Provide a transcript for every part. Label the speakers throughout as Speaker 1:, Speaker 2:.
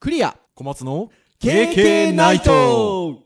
Speaker 1: クリア
Speaker 2: 小松の
Speaker 1: KK ナイト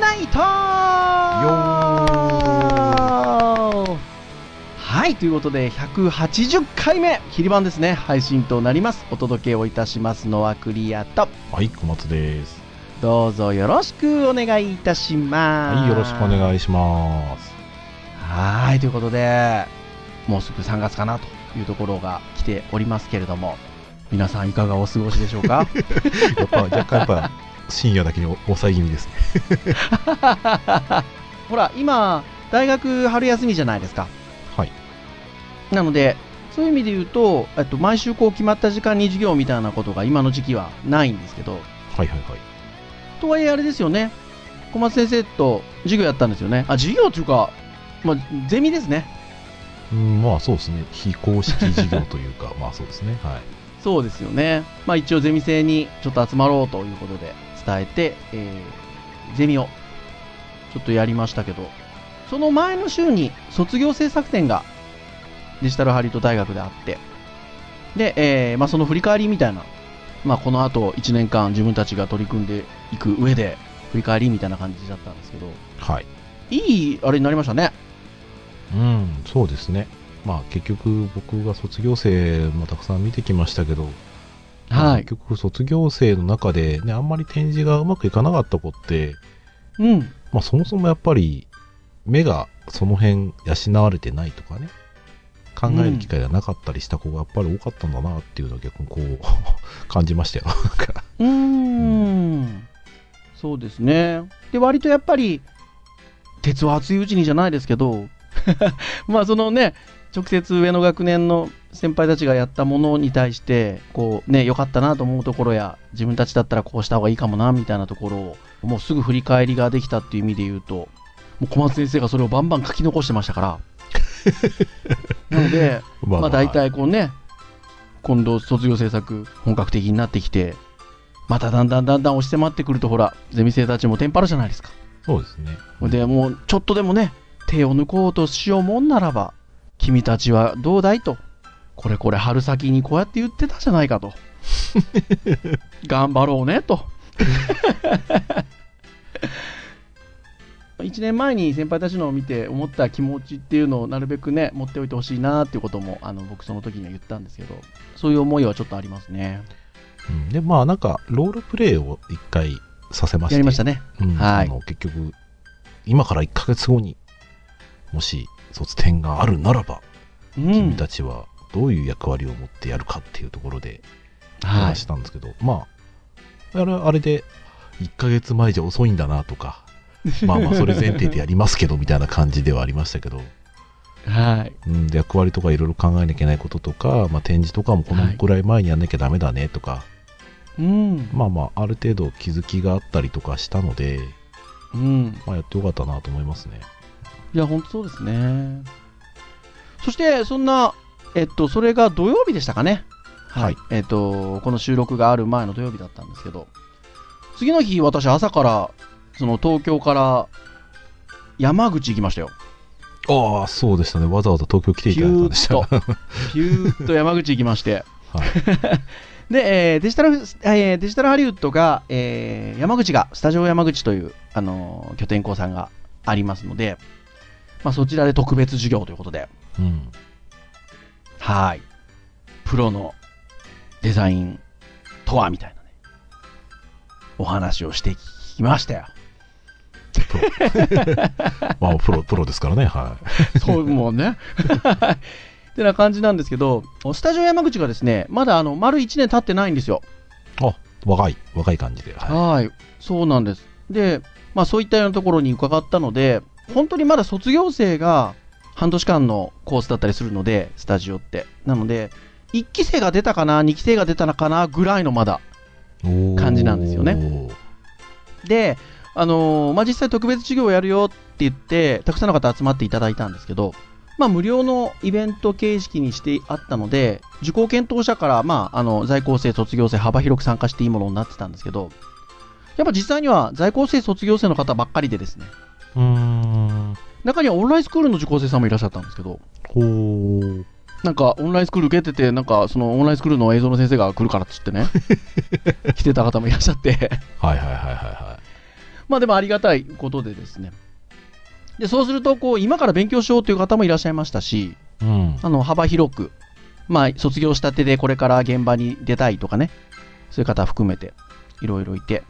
Speaker 3: ナイトはい、ということで、180回目、切り番ですね、配信となります。お届けをいたしますのはクリアと、
Speaker 2: はい小松です
Speaker 3: どうぞよろしくお願いいたします。
Speaker 2: はいよろしくお願いします
Speaker 3: はい、ということで、もうすぐ3月かなというところが来ておりますけれども、皆さんいかがお過ごしでしょう か
Speaker 2: や っぱ若干やっぱ深夜だけに抑え気味ですね
Speaker 3: ほら、今、大学春休みじゃないですか。
Speaker 2: はい
Speaker 3: なので、そういう意味で言うと、えっと、毎週こう決まった時間に授業みたいなことが今の時期はないんですけど、
Speaker 2: はいはいはい
Speaker 3: とはいえあれですよね、小松先生と授業やったんですよね。あ、授業というか、まあ、ゼミですね。
Speaker 2: うんまあそうですね非公式事業というか まあそうですねはい
Speaker 3: そうですよね。まあ一応ゼミ生にちょっと集まろうということで伝えて、えーゼミをちょっとやりましたけど、その前の週に卒業制作展がデジタルハリウッド大学であって、で、えーまあその振り返りみたいな、まあこの後1年間自分たちが取り組んでいく上で振り返りみたいな感じだったんですけど、
Speaker 2: はい
Speaker 3: いいあれになりましたね。
Speaker 2: うんそうですねまあ結局僕が卒業生もたくさん見てきましたけど、
Speaker 3: はい。
Speaker 2: 結局卒業生の中でねあんまり展示がうまくいかなかった子って
Speaker 3: うん。
Speaker 2: まあ、そもそもやっぱり目がその辺養われてないとかね考える機会がなかったりした子がやっぱり多かったんだなっていうのを逆にこう 感じましたよなんか
Speaker 3: うーん、そうですね。で、割とやっぱり、鉄は熱いうちにじゃないですけど、 まあそのね、直接上の学年の先輩たちがやったものに対して、こうね、良かったなと思うところや、自分たちだったらこうした方がいいかもな、みたいなところを、もうすぐ振り返りができたっていう意味で言うと、もう小松先生がそれをバンバン書き残してました から。なので、
Speaker 2: ま
Speaker 3: まあ大
Speaker 2: はい
Speaker 3: 体こうね、今度卒業制作本格的になってきて、まただんだんだんだん押し迫ってくるとほら、ゼミ生たちもテンパるじゃないですか。
Speaker 2: そうですね
Speaker 3: で、もうちょっとでもね、手を抜こうとしようもんならば、君たちはどうだいと。これこれ春先にこうやって言ってたじゃない かと。頑張ろうね と。1年前に先輩たちのを見て思った気持ちっていうのをなるべくね持っておいてほしいなっていうこともあの僕その時には言ったんですけどそういう思いはちょっとありますね
Speaker 2: うん、でまあなんかロールプレイを一回させまして
Speaker 3: やりましたね
Speaker 2: うん
Speaker 3: はい
Speaker 2: あの結局今から1ヶ月後にもし卒展があるならば、
Speaker 3: うん
Speaker 2: 君たちはどういう役割を持ってやるかっていうところで
Speaker 3: はい
Speaker 2: 話したんですけど、まああれあれで1ヶ月前じゃ遅いんだなと かまあまあそれ前提でやりますけどみたいな感じではありましたけど、
Speaker 3: はい
Speaker 2: うん、で役割とかいろいろ考えなきゃいけないこととか、まあ、展示とかもこのくらい前にやんなきゃダメだねとか、
Speaker 3: うん
Speaker 2: まあまあある程度気づきがあったりとかしたので、
Speaker 3: うん
Speaker 2: まあ、やってよかったなと思いますね
Speaker 3: いや、本当そうですね。そして、そんな、えっと、それが土曜日でしたかね。
Speaker 2: はい。
Speaker 3: えっと、この収録がある前の土曜日だったんですけど、次の日、私、朝から、その東京から山口行きましたよ。
Speaker 2: ああそうでしたねわざわざ東京来ていただいたんでした
Speaker 3: ピピューっと山口行きまして。
Speaker 2: はい
Speaker 3: で、えーデジタル、えーデジタルハリウッドが、えー山口が、スタジオ山口という、あのー拠点校さんがありますので、まあ、そちらで特別授業ということで、
Speaker 2: うん
Speaker 3: はい。プロのデザインとはみたいなね、お話をしてきましたよ。
Speaker 2: まあプロプロですからねは
Speaker 3: そう、もうね。 ってな感じなんですけど、スタジオ山口がですね、まだあの、丸1年経ってないんですよ。
Speaker 2: いあ若い若い感じではい
Speaker 3: はい。そうなんです。で、まあそういったようなところに伺ったので、本当にまだ卒業生が半年間のコースだったりするので、スタジオって。なので、1期生が出たかな、2期生が出たのかなぐらいのまだ
Speaker 2: おー
Speaker 3: 感じなんですよねで、あのーまあ、実際特別授業をやるよって言って、たくさんの方集まっていただいたんですけど、まあ、無料のイベント形式にしてあったので、受講検討者から、まあ、あの在校生、卒業生、幅広く参加していいものになってたんですけど、やっぱ実際には在校生、卒業生の方ばっかりでですね、
Speaker 2: うーん。
Speaker 3: 中にはオンラインスクールの受講生さんもいらっしゃったんですけど、
Speaker 2: ほう。
Speaker 3: なんかオンラインスクール受けてて、なんかそのオンラインスクールの映像の先生が来るからっつってね、来てた方もいらっしゃって、
Speaker 2: はいはいはいはいは
Speaker 3: まあでもありがたいことでですね。で、そうすると、こう、今から勉強しようという方もいらっしゃいましたし、
Speaker 2: い。うん。
Speaker 3: あの幅広く、まあ、卒業したてでこれから現場に出たいとかね、そういう方含めていろいろいて、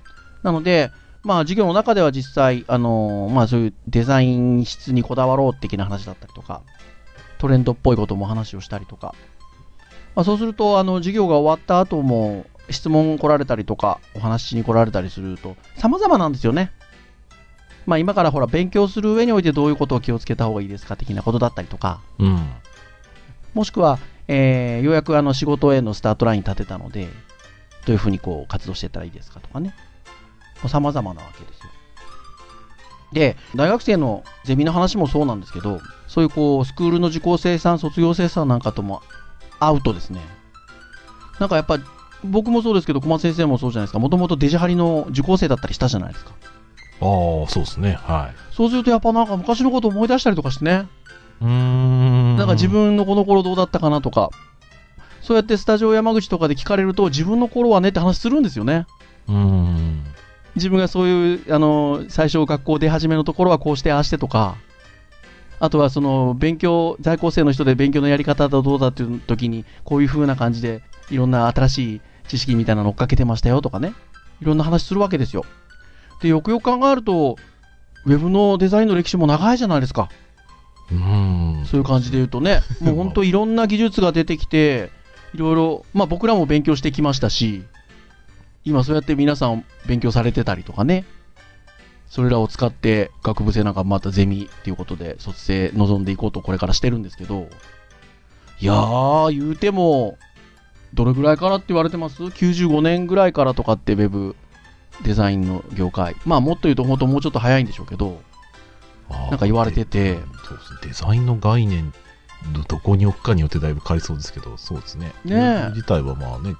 Speaker 3: なので、まあ、授業の中では実際、あのーまあ、そういうデザイン質にこだわろう的な話だったりとか、トレンドっぽいことも話をしたりとか、まあ、そうするとあの授業が終わった後も質問来られたりとか、お話しに来られたりすると、様々なんですよね。まあ、今からほら勉強する上においてどういうことを気をつけた方がいいですか的なことだったりとか、
Speaker 2: うん。
Speaker 3: もしくは、えーようやくあの仕事へのスタートラインに立てたので、どういうふうにこう活動していったらいいですかとかね。さまざまなわけですよ。で、大学生のゼミの話もそうなんですけど、そういうこう、スクールの受講生さん、卒業生さんなんかとも会うとですね、なんかやっぱ、僕もそうですけど、小松先生もそうじゃないですか、もともとデジハリの受講生だったりしたじゃないですか。
Speaker 2: ああ、そうですね。は
Speaker 3: そうするとやっぱなんか昔のこと思い出したりとかしてね、
Speaker 2: い。うーん。
Speaker 3: なんか自分のこの頃どうだったかなとか、そうやってスタジオ山口とかで聞かれると、自分の頃はねって話するんですよね。
Speaker 2: うーん。
Speaker 3: 自分がそういう、あの、最初学校出始めのところはこうして、ああしてとか、あとはその、勉強、在校生の人で勉強のやり方だどうだっていう時に、こういう風な感じで、いろんな新しい知識みたいなのを追っかけてましたよとかね、いろんな話するわけですよ。で、よくよく考えると、ウェブのデザインの歴史も長いじゃないですか。
Speaker 2: うーん。
Speaker 3: そういう感じで言うとね、もう本当いろんな技術が出てきて、いろいろ、まあ僕らも勉強してきましたし、今そうやって皆さん勉強されてたりとかね、それらを使って学部生なんかまたゼミっていうことで卒生望んでいこうとこれからしてるんですけど、いやー、言うても、どれぐらいからって言われてます ?95 年ぐらいからとかってウェブデザインの業界。まあもっと言うと本当もうちょっと早いんでしょうけど、
Speaker 2: あー
Speaker 3: なんか言われて
Speaker 2: で
Speaker 3: て
Speaker 2: そうですねデザインの概念のどこに置くかによってだいぶ変わりそうですけど、そうですね。
Speaker 3: ねえ
Speaker 2: ウェブ自体はまあね、90、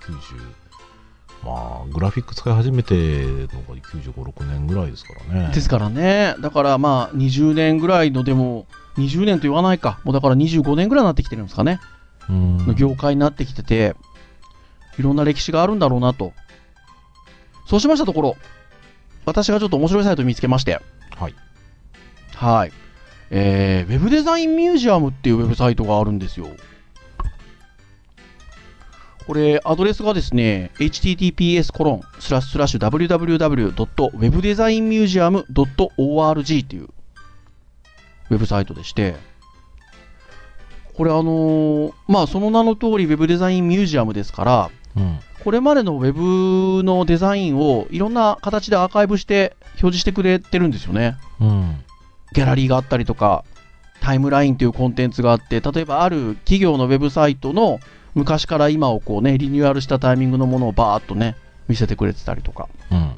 Speaker 2: まあ、グラフィック使い始めてのが95、6年ぐらいですからね。
Speaker 3: ですからね、だからまあ20年ぐらいの、でも20年と言わないか、もうだから25年ぐらいになってきてるんですかね、
Speaker 2: うーん。
Speaker 3: の業界になってきてて、いろんな歴史があるんだろうなと。そうしましたところ、私がちょっと面白いサイトを見つけまして、
Speaker 2: はい。
Speaker 3: はい。えー、ウェブデザインミュージアムっていうウェブサイトがあるんですよ。これ、アドレスがですね、https コロンスラッシュスラッシュ www.webdesignmuseum.org っていうウェブサイトでして、これあのーまあその名の通りウェブデザインミュージアムですから、
Speaker 2: うん。
Speaker 3: これまでのウェブのデザインをいろんな形でアーカイブして表示してくれてるんですよね。
Speaker 2: うん。
Speaker 3: ギャラリーがあったりとか、タイムラインというコンテンツがあって、例えばある企業のウェブサイトの昔から今をこうね、リニューアルしたタイミングのものをバーっとね、見せてくれてたりとか。
Speaker 2: うん。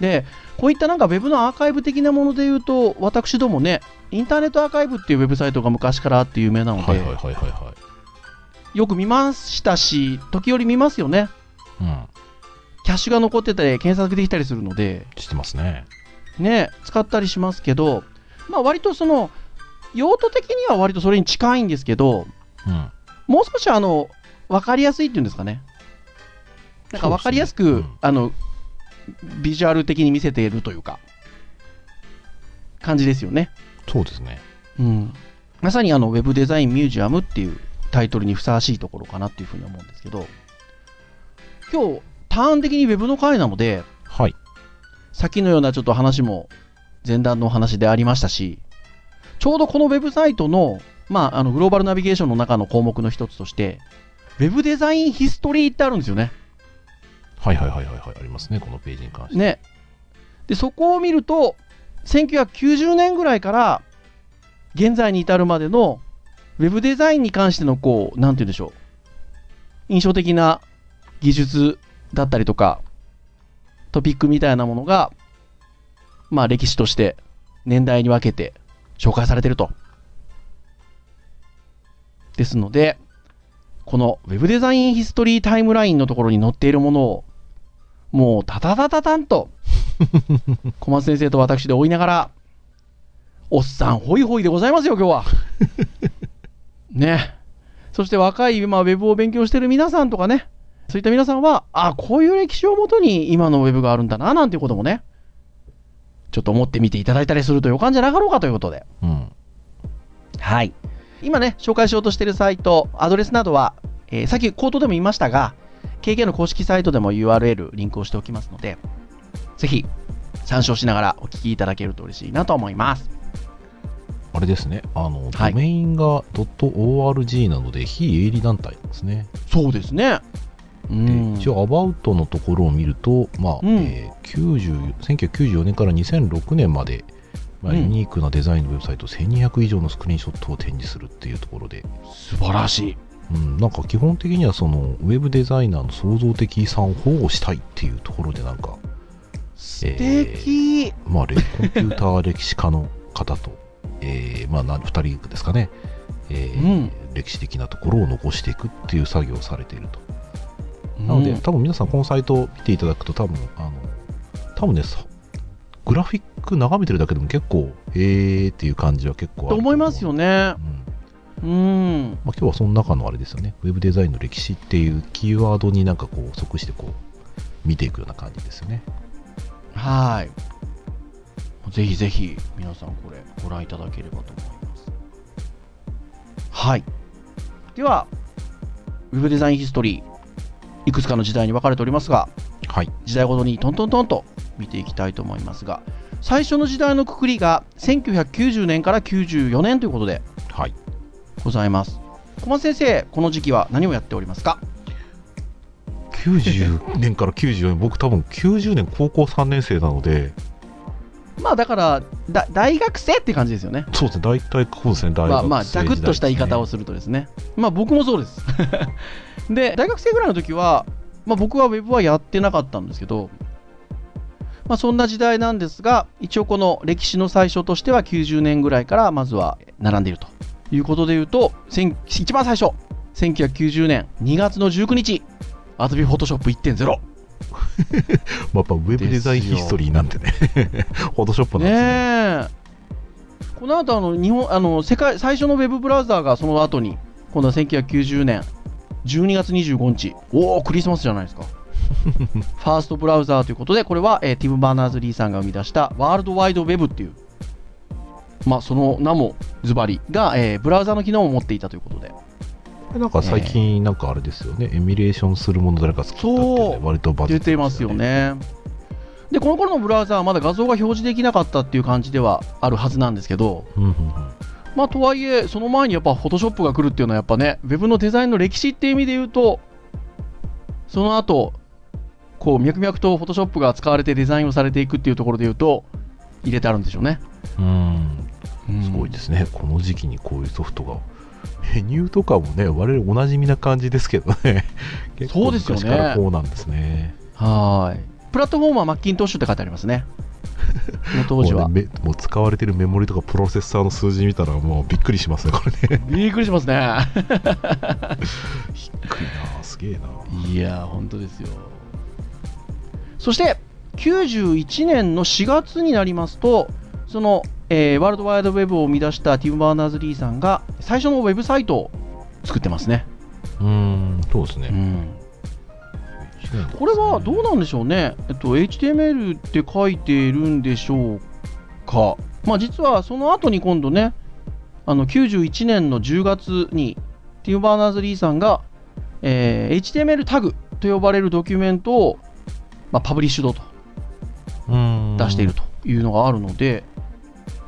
Speaker 3: で、こういったなんかウェブのアーカイブ的なもので言うと、私どもね、インターネットアーカイブっていうウェブサイトが昔からあって有名なので、
Speaker 2: はいはいはいはいはい。
Speaker 3: よく見ましたし、時折見ますよね。
Speaker 2: うん。
Speaker 3: キャッシュが残ってたり、検索できたりするので、
Speaker 2: してますね。
Speaker 3: ね、使ったりしますけど、まあ割とその、用途的には割とそれに近いんですけど、
Speaker 2: うん。
Speaker 3: もう少しあの、わかりやすいっていうんですかね。なんかわかりやすく、
Speaker 2: そうですねうん
Speaker 3: あの、ビジュアル的に見せているというか、感じですよね。
Speaker 2: そうですね。
Speaker 3: うん。まさにあの、ウェブデザインミュージアムっていうタイトルにふさわしいところかなっていうふうに思うんですけど、今日、ターン的にウェブの回なので、
Speaker 2: はい。
Speaker 3: さっきのようなちょっと話も前段のお話でありましたし、ちょうどこのウェブサイトの、まあ、あのグローバルナビゲーションの中の項目の一つとして、ウェブデザインヒストリーってあるんですよね。
Speaker 2: はいはいはいはいはい。ありますね、このページに関して。
Speaker 3: ね。で、そこを見ると、1990年ぐらいから現在に至るまでのウェブデザインに関してのこう、なんて言うんでしょう。印象的な技術だったりとか、トピックみたいなものが、まあ歴史として年代に分けて紹介されてると。ですので、この Web デザインヒストリータイムラインのところに載っているものを、もうタタタタタンと、小松先生と私で追いながら、おっさんホイホイでございますよ、今日は。ね。そして若い、まあ、ウェブを勉強している皆さんとかね、そういった皆さんは、あこういう歴史をもとに今のウェブがあるんだな、なんていうこともね、ちょっと思ってみていただいたりすると予感じゃなかろうかということで。
Speaker 2: うん。
Speaker 3: はい。今ね、紹介しようとしているサイト、アドレスなどは、えーさっき口頭でも言いましたが、KK の公式サイトでも URL、リンクをしておきますので、ぜひ参照しながらお聞きいただけると嬉しいなと思います。
Speaker 2: あれですね。あの、
Speaker 3: はい
Speaker 2: ドメインが .org なので、非営利団体なんですね。
Speaker 3: そうですね。う
Speaker 2: で
Speaker 3: ん。
Speaker 2: 一応、アバウトのところを見ると、まあ、
Speaker 3: うん
Speaker 2: えー90 1994年から2006年まで、まあ、
Speaker 3: うん
Speaker 2: ユニークなデザインのウェブサイト1200以上のスクリーンショットを展示するっていうところで、
Speaker 3: 素晴らしい。
Speaker 2: うん、なんか基本的にはそのウェブデザイナーの創造的遺産を保護したいっていうところでなんか、
Speaker 3: 素敵。
Speaker 2: まあ、レコンピューター歴史家の方と、えーまあ、な2人ですかね、えー
Speaker 3: うん
Speaker 2: 歴史的なところを残していくっていう作業をされていると。なので、
Speaker 3: うん
Speaker 2: 多分皆さんこのサイトを見ていただくと多分あの多分ねさグラフィック眺めてるだけでも結構えーっていう感じは結構ある
Speaker 3: と思いますよ
Speaker 2: ね、
Speaker 3: ね
Speaker 2: う。ん
Speaker 3: うん。
Speaker 2: まあ、今日はその中のあれですよねウェブデザインの歴史っていうキーワードになんかこう即してこう見ていくような感じですよね
Speaker 3: はい。ぜひぜひ皆さんこれご覧いただければと思います。はい。では、ウェブデザインヒストリー、いくつかの時代に分かれておりますが、
Speaker 2: はい
Speaker 3: 時代ごとにトントントンと見ていきたいと思いますが、最初の時代のくくりが1990年から94年ということで
Speaker 2: はい
Speaker 3: ございます。小松先生、この時期は何をやっておりますか
Speaker 2: 90年から94年僕多分90年高校3年生なので
Speaker 3: まあだからだ、大学生って感じですよね。
Speaker 2: そうですね大体こうですね大学生時代
Speaker 3: まあ、まあ、ざくっとした言い方を
Speaker 2: です
Speaker 3: るとですね、まあ僕もそう です。で、大学生ぐらいの時は、まあ僕はウェブはやってなかったんですけど、まあそんな時代なんですが、一応この歴史の最初としては90年ぐらいからまずは並んでいるということでいうと、千一番最初、1990年2月の19日、アドビフォトショップ1.0。
Speaker 2: ねまあ、やっぱウェブデザインヒストリーなんてね フォトショップなんですね
Speaker 3: ねえこの後あの日本あの世界最初のウェブブラウザーがその後に今度は1990年12月25日おおクリスマスじゃな いですかファーストブラウザーということでこれは、えーティム・バーナーズ・リーさんが生み出したワールドワイドウェブっていうまあその名もズバリが、えーブラウザーの機能を持っていたということで
Speaker 2: なんか最近なんかあれですよね、エミュレーションするもの誰か作ったっていうので
Speaker 3: そう
Speaker 2: 割とバズっ
Speaker 3: 出
Speaker 2: て
Speaker 3: てますよねでこの頃のブラウザーはまだ画像が表示できなかったっていう感じではあるはずなんですけど
Speaker 2: うんうんうん
Speaker 3: まあ、とはいえ、その前にやっぱ、フォトショップが来るっていうのは、やっぱね、ウェブのデザインの歴史っていう意味で言うと、その後、こう、脈々とフォトショップが使われてデザインをされていくっていうところで言うと、入れてあるんでしょうね。
Speaker 2: うんす
Speaker 3: す
Speaker 2: ごいですね、この時期にこういうソフトがメニューとかもね我々おなじみな感じですけどね結構
Speaker 3: そうですよね
Speaker 2: 昔からこうなんですね
Speaker 3: はーい。プラットフォームはマッキントッシュって書いてありますね。 この当時は
Speaker 2: も。う,、ね、めもう使われてるメモリとかプロセッサーの数字見たらもうびっくりしますねこれね
Speaker 3: びっくりしますね。
Speaker 2: びっくりなすげえない
Speaker 3: やー、本当ですよ。そして、91年の4月になりますと、その、えーワールドワイドウェブを生み出したティム・バーナーズ・リーさんが、最初のウェブサイトを作ってますね。
Speaker 2: うんそうです
Speaker 3: う
Speaker 2: ね、
Speaker 3: ん、
Speaker 2: 一年
Speaker 3: これはどうなんでしょうね、えっと、HTML って書いているんでしょうか、まあ、実はその後に今度ね、あの91年の10月に、ティム・バーナーズ・リーさんが、えー HTML タグと呼ばれるドキュメントを、まあ、パブリッシュドと
Speaker 2: うん
Speaker 3: 出しているというのがあるので、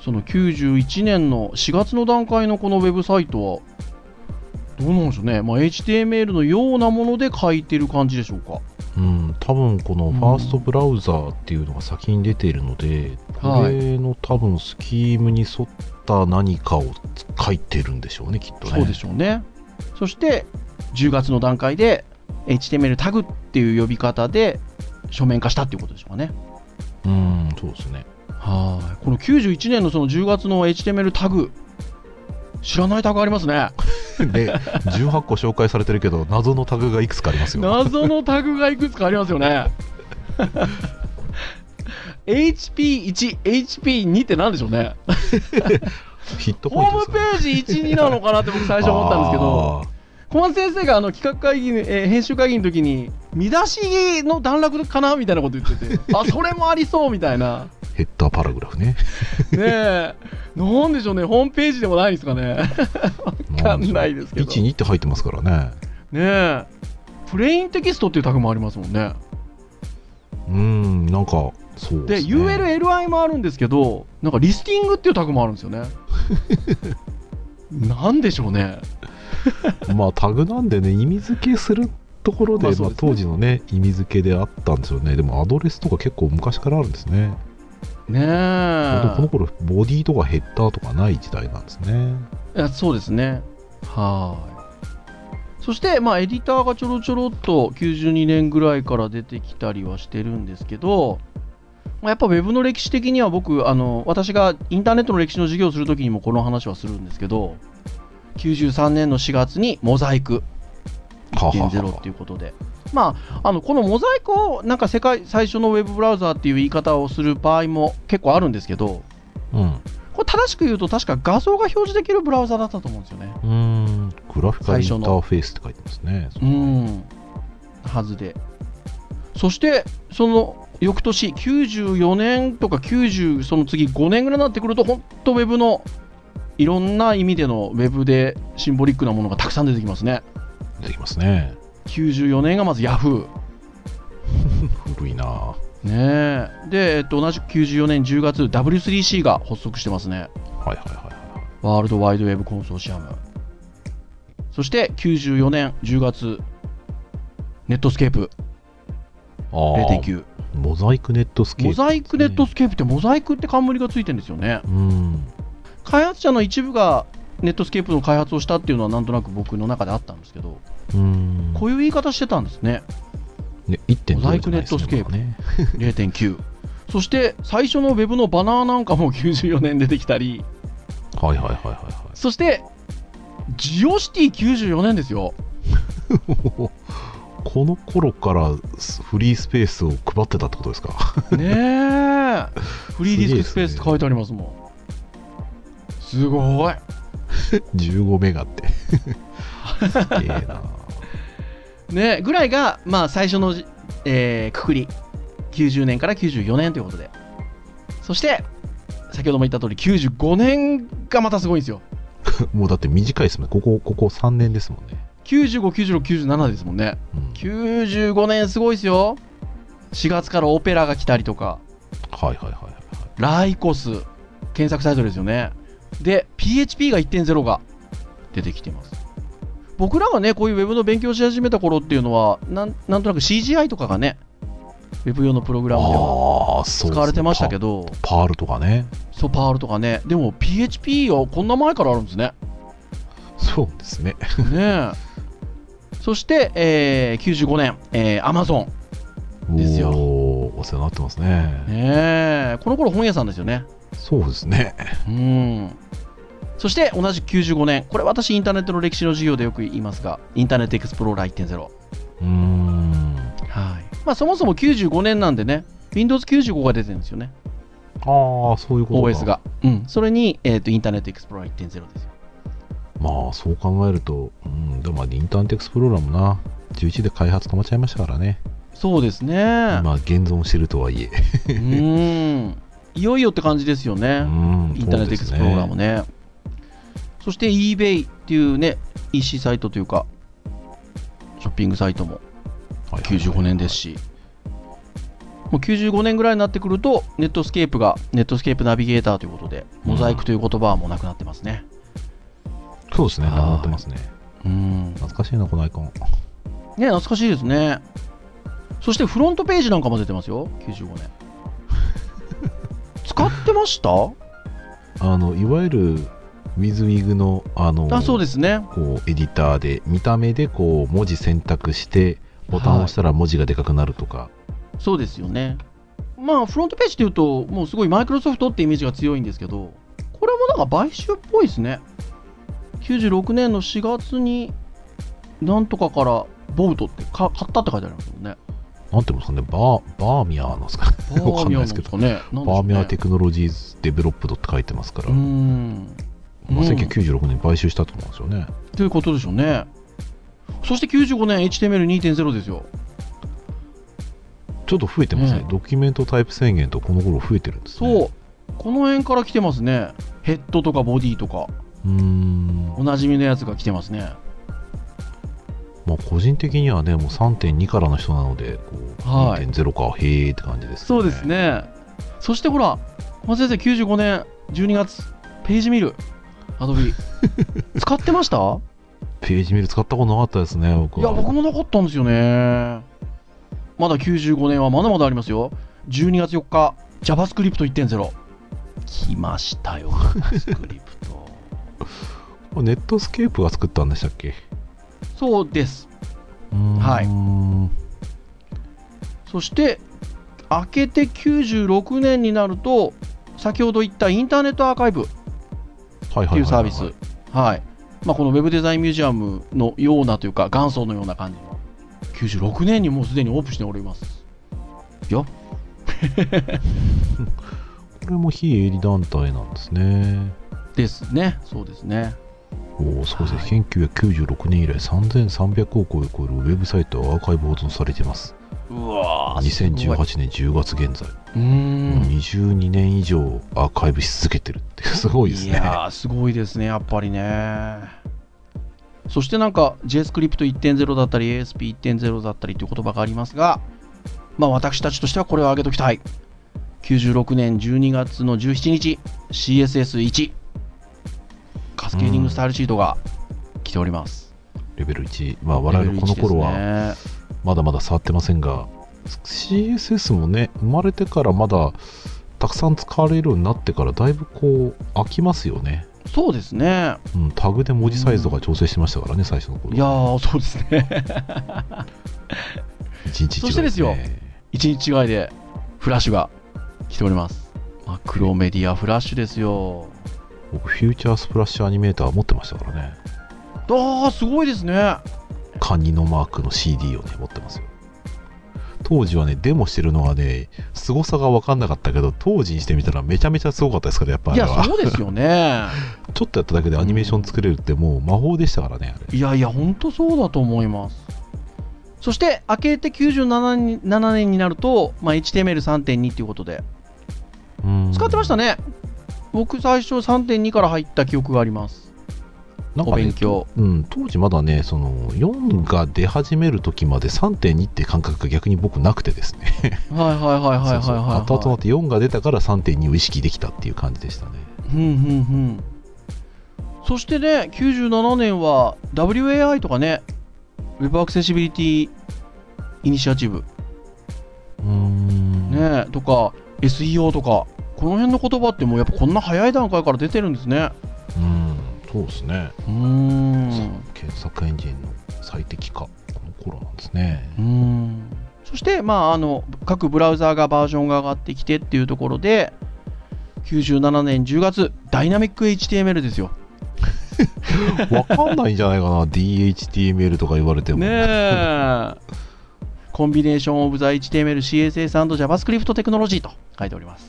Speaker 3: その91年の4月の段階のこのウェブサイトは、どうなんでしょうね、まあ、HTML のようなもので書いてる感じでしょうか。
Speaker 2: うん、多分このファーストブラウザーっていうのが先に出ているので、これの多分スキームに沿った何かを書いてるんでしょうねきっとね
Speaker 3: そうでしょうね。そして10月の段階で HTML タグっていう呼び方で書面化したっていうことでしょうかね。
Speaker 2: うんそうですね
Speaker 3: はい。この91年のその10月の HTML タグ、知らないタグありますね。
Speaker 2: で18個紹介されてるけど謎のタグがいくつかありますよ
Speaker 3: 謎のタグがいくつかありますよね HP1、HP2 って何でしょうね
Speaker 2: ヒット
Speaker 3: ホ
Speaker 2: ポイントです
Speaker 3: ームペ
Speaker 2: かね
Speaker 3: ージ12なのかなって僕最初思ったんですけど
Speaker 2: あー
Speaker 3: 小松先生があの企画会議、えー編集会議の時に見出しの段落かなみたいなこと言って てあそれもありそうみたいな
Speaker 2: ヘッダーパラグラフね
Speaker 3: ねえなんでしょうねホームページでもないですか ねわかんないですけどね
Speaker 2: 12って入ってますからね
Speaker 3: えプレインテキストっていうタグもありますもんね
Speaker 2: うんなんかそうで
Speaker 3: で
Speaker 2: す、ね、
Speaker 3: ULLI もあるんですけどなんかリスティングっていうタグもあるんですよ ねなんでしょうね
Speaker 2: まあタグなんでね意味付けするところで,、ま
Speaker 3: まあ
Speaker 2: あ
Speaker 3: そうですね
Speaker 2: 当時のね意味付けであったんですよねでもアドレスとか結構昔からあるんですね、
Speaker 3: ねえ
Speaker 2: ほんとこの頃ボディとかヘッダーとかない時代なんですね
Speaker 3: いやそうですねはいそして、まあ、エディターがちょろちょろっと92年ぐらいから出てきたりはしてるんですけど、まあ、やっぱウェブの歴史的には僕あの私がインターネットの歴史の授業をするときにもこの話はするんですけど93年の4月にモザイク
Speaker 2: ははは
Speaker 3: 1.0っていうことで、まあ、あのこのモザイクをなんか世界最初のウェブブラウザーっていう言い方をする場合も結構あるんですけど
Speaker 2: うん
Speaker 3: これ正しく言うと確か画像が表示できるブラウザーだったと思うんですよね。
Speaker 2: うーんグラフィカル
Speaker 3: 最
Speaker 2: イン
Speaker 3: 初
Speaker 2: タ
Speaker 3: の
Speaker 2: ーフェースって書いてますね
Speaker 3: うん、はずで。そして、その翌年、94年とか90、その次5年ぐらいになってくると、本当、ウェブのいろんな意味でのウェブでシンボリックなものがたくさん出てきますね。
Speaker 2: 出てきますね
Speaker 3: 94年がまず Yahoo!
Speaker 2: 古いな
Speaker 3: ねえで、えっと、同じく94年10月、W3C が発足してますね。
Speaker 2: はいはいは
Speaker 3: ワールドワイドウェブコンソーシアム。そして94年10月、ネットスケープ
Speaker 2: いはいあ
Speaker 3: 0.9。
Speaker 2: あモザイクネットスケープ
Speaker 3: モザイクネットスケープってモザイクって冠がついてるんですよね
Speaker 2: うん
Speaker 3: 開発者の一部がネットスケープの開発をしたっていうのはなんとなく僕の中であったんですけど
Speaker 2: うん
Speaker 3: こういう言い方してたんですね
Speaker 2: ね、1.0
Speaker 3: モザイクネットスケープ
Speaker 2: じゃないですね
Speaker 3: 0.9そして最初のウェブのバナーなんかも94年出てきたり
Speaker 2: まだねはいはいはいはいはい
Speaker 3: そしてジオシティ94年ですよ
Speaker 2: この頃からフリースペースを配ってたってことですか
Speaker 3: ねえフリーディスクスペースって書いてありますもんすごい
Speaker 2: 15メガって すげえな
Speaker 3: ねぐらいが、まあ、最初のじ、えーくくり90年から94年ということでそして先ほども言った通り95年がまたすごいんですよ
Speaker 2: もうだって短いですもんねここここ3年ですもんね、
Speaker 3: 959697ですもんね
Speaker 2: うん、
Speaker 3: 95年すごいですよ4月からオペラが来たりとか
Speaker 2: はいはいはいはいはい
Speaker 3: ライコス検索サイトですよねで PHP が1.0が出てきてます僕らがねこういうウェブの勉強し始めた頃っていうのはなんなんとなく CGI とかがねウェブ用のプログラムでは
Speaker 2: ああそう
Speaker 3: 使われてましたけ
Speaker 2: ど
Speaker 3: ど、
Speaker 2: パールとかね
Speaker 3: そう、パールとかね、でも PHP はこんな前からあるんですね。
Speaker 2: そうですね
Speaker 3: ねえ そして、えー95年、えー Amazon、ですよ
Speaker 2: おーお世話になってますね
Speaker 3: ねえこの頃本屋さんですよね。
Speaker 2: そうですね
Speaker 3: うんそして同じく95年、これ私、インターネットの歴史の授業でよく言いますが、インターネットエクスプローラー1.0。は
Speaker 2: うーん
Speaker 3: いまあ、そもそも95年なんでね、Windows95 が出てるんですよね、
Speaker 2: ああそういうことか
Speaker 3: OS が。うん、それに、えー、とインターネットエクスプローラー1.0ですよ。
Speaker 2: まあそう考えると、うん、でもまあインターネットエクスプローラーもな11で開発止まっちゃいましたからね
Speaker 3: そうですね。
Speaker 2: 今現存してるとはいえ、
Speaker 3: うーんいよいよって感じですよね、
Speaker 2: うん
Speaker 3: インターネットエクスプローラーも
Speaker 2: ね。
Speaker 3: ね。そして eBay っていうね、EC サイトというか、ショッピングサイトも
Speaker 2: はいはいはい
Speaker 3: 95年ですし、もう95年ぐらいになってくると、ネットスケープが、ネットスケープナビゲーターということで、モザイクという言葉はもうなくなってますね。
Speaker 2: そうですね、
Speaker 3: はい
Speaker 2: なくなってますね。
Speaker 3: うん、ね
Speaker 2: 懐かしいな、このアイコン。
Speaker 3: 懐かしいですね。そしてフロントページなんかも出てますよ、95年。 使ってました
Speaker 2: あのいわゆる WizWig のあの
Speaker 3: あそうですね。
Speaker 2: こうエディターで、見た目でこう文字選択して、ボタンを押したら文字がでかくなるとか、
Speaker 3: そうですよね。まあ、フロントページっていうと、もうすごいマイクロソフトってイメージが強いんですけど、これもなんか買収っぽいですね。 96年の4月になんとかからボウトってか買ったって書いてありますもんね
Speaker 2: なんていうんですかね、バー、バーミヤーなんですかね。 わかんないですけど
Speaker 3: バーミヤーなんですかねなんでしょうね
Speaker 2: バーミヤーテクノロジーズデベロップドって書いてますから、
Speaker 3: うーん
Speaker 2: まあ、
Speaker 3: うん
Speaker 2: 1996年に買収したと思うんですよね。
Speaker 3: ということでしょうねそして95年 HTML2.0 ですよ
Speaker 2: ちょっと増えてますね。
Speaker 3: ね
Speaker 2: ドキュメントタイプ宣言とこの頃増えてるんです
Speaker 3: そ
Speaker 2: ね。
Speaker 3: う、この辺から来てますねヘッドとかボディとか
Speaker 2: うーん。
Speaker 3: おなじみのやつが来てますね
Speaker 2: まあ、個人的にはね、もう3.2からの人なので、こう、
Speaker 3: はい
Speaker 2: 2.0か、へえって感じです、ね。
Speaker 3: そうです。ねそしてほら小松先生95年12月ページ見るアド ビ使ってました
Speaker 2: ページメール使ったことなかったですね、僕
Speaker 3: い
Speaker 2: は。
Speaker 3: や僕もなかったんですよねまだ95年はまだまだありますよ12月4日 JavaScript1.0 来ましたよ JavaScript
Speaker 2: ネットスケープが作ったんでしたっけ
Speaker 3: そうです
Speaker 2: うーん
Speaker 3: はい
Speaker 2: い。
Speaker 3: そして明けて96年になると先ほど言ったインターネットアーカイブ
Speaker 2: はいはいはい
Speaker 3: っ
Speaker 2: はい
Speaker 3: ていうサービス、はいまあ、このウェブデザインミュージアムのようなというか、元祖のような感じの、96年にもうすでにオープンしております。よ
Speaker 2: これも非営利団体なんですね。
Speaker 3: ですね、そうですね。
Speaker 2: おおそうですね、1996年以来3300億を超えるウェブサイトはアーカイブ保存されています
Speaker 3: うわー
Speaker 2: 2018年10月現在、
Speaker 3: うー。
Speaker 2: もうん22年以上アーカイブし続けてるって すごいです
Speaker 3: い
Speaker 2: ね
Speaker 3: やー、すごいですね、やっぱりね。そしてなんか JScript1.0 だったり ASP1.0 だったりという言葉がありますが、まあ私たちとしてはこれを挙げときたい。96年12月の17日、CSS1、カスケーディングスタイルシートが来ております。
Speaker 2: レベル1まあ我々この頃
Speaker 3: レベ
Speaker 2: は
Speaker 3: ル一ですね
Speaker 2: まだまだ触ってませんが CSS もね生まれてからまだたくさん使われるようになってからだいぶこう飽きますよね、
Speaker 3: そうですね。
Speaker 2: うん、タグで文字サイズとか調整してましたからね、最初の頃
Speaker 3: いやー、そうですね。
Speaker 2: 一日一
Speaker 3: そしてですよ
Speaker 2: 違いね
Speaker 3: 1日違いでフラッシュが来ております。マクロメディアフラッシュですよ。
Speaker 2: 僕フューチャースプラッシュアニメーター持ってましたからね
Speaker 3: ああすごいですね
Speaker 2: カニのマークの CD をね、持ってますよ。当時はね、デモしてるのはね、凄さが分かんなかったけど、当時にしてみたらめちゃめちゃすごかったですから、やっぱあ
Speaker 3: い
Speaker 2: れ
Speaker 3: や
Speaker 2: は。
Speaker 3: そうですよね
Speaker 2: ちょっとやっただけでアニメーション作れるってもう魔法でしたからね、あれ。
Speaker 3: いやいや本当そうだと思いますそして明けて97に7年になると、まあ、HTML3.2 ということで使ってました
Speaker 2: ね。
Speaker 3: ね僕最初3.2から入った記憶があります
Speaker 2: なん
Speaker 3: お
Speaker 2: かね
Speaker 3: 勉強
Speaker 2: うん、当時まだね、その、4が出始める時まで3.2って感覚が逆に僕なくてですね。
Speaker 3: はいはいはいはいはいはい
Speaker 2: そうそう
Speaker 3: はい
Speaker 2: 後々になって4が出たから3.2を意識できたっていう感じでしたね。
Speaker 3: うんうんうんそしてね97年は WAI とかね Web アクセシビリティイニシアチブ
Speaker 2: うーん。
Speaker 3: ねえとか SEO とかこの辺の言葉ってもうやっぱこんな早い段階から出てるんですね
Speaker 2: うん、そうですね。
Speaker 3: うーん
Speaker 2: 検索エンジンの最適化この頃なんですね
Speaker 3: うーんそしてまああの各ブラウザーがバージョンが上がってきてっていうところで97年10月ダイナミック HTML ですよ
Speaker 2: わかんないんじゃないか な DHTML とか言われても
Speaker 3: ねえ コンビネーションオブザ HTML、CSS&JavaScript テクノロジーと書いております。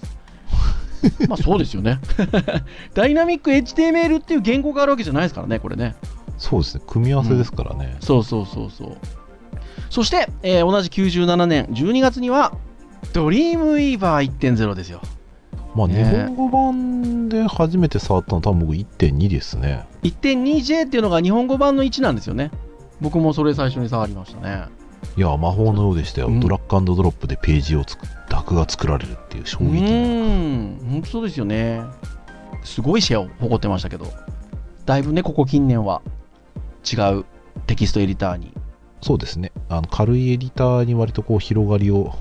Speaker 3: まあそうですよね。 ダイナミック HTML っていう言語があるわけじゃないですからね、これね。
Speaker 2: そうですね組み合わせですからね、
Speaker 3: そうそうそうそうそして、えー同じ97年12月にはドリームイーバー1.0ですよ
Speaker 2: まあ
Speaker 3: ね
Speaker 2: 日本語版で初めて触ったのは多分僕1.2ですね
Speaker 3: 1.2J っていうのが日本語版の1なんですよね僕もそれ最初に触りましたね
Speaker 2: いや魔法のようでしたよ、
Speaker 3: うん
Speaker 2: ドラッグドロップでページを作っダクが作られるっていう衝
Speaker 3: う
Speaker 2: 撃の
Speaker 3: ん本当そうですよねすごいシェアを誇ってましたけどだいぶねここ近年は違うテキストエディターに
Speaker 2: そうですねあの軽いエディターに割とこう広がりを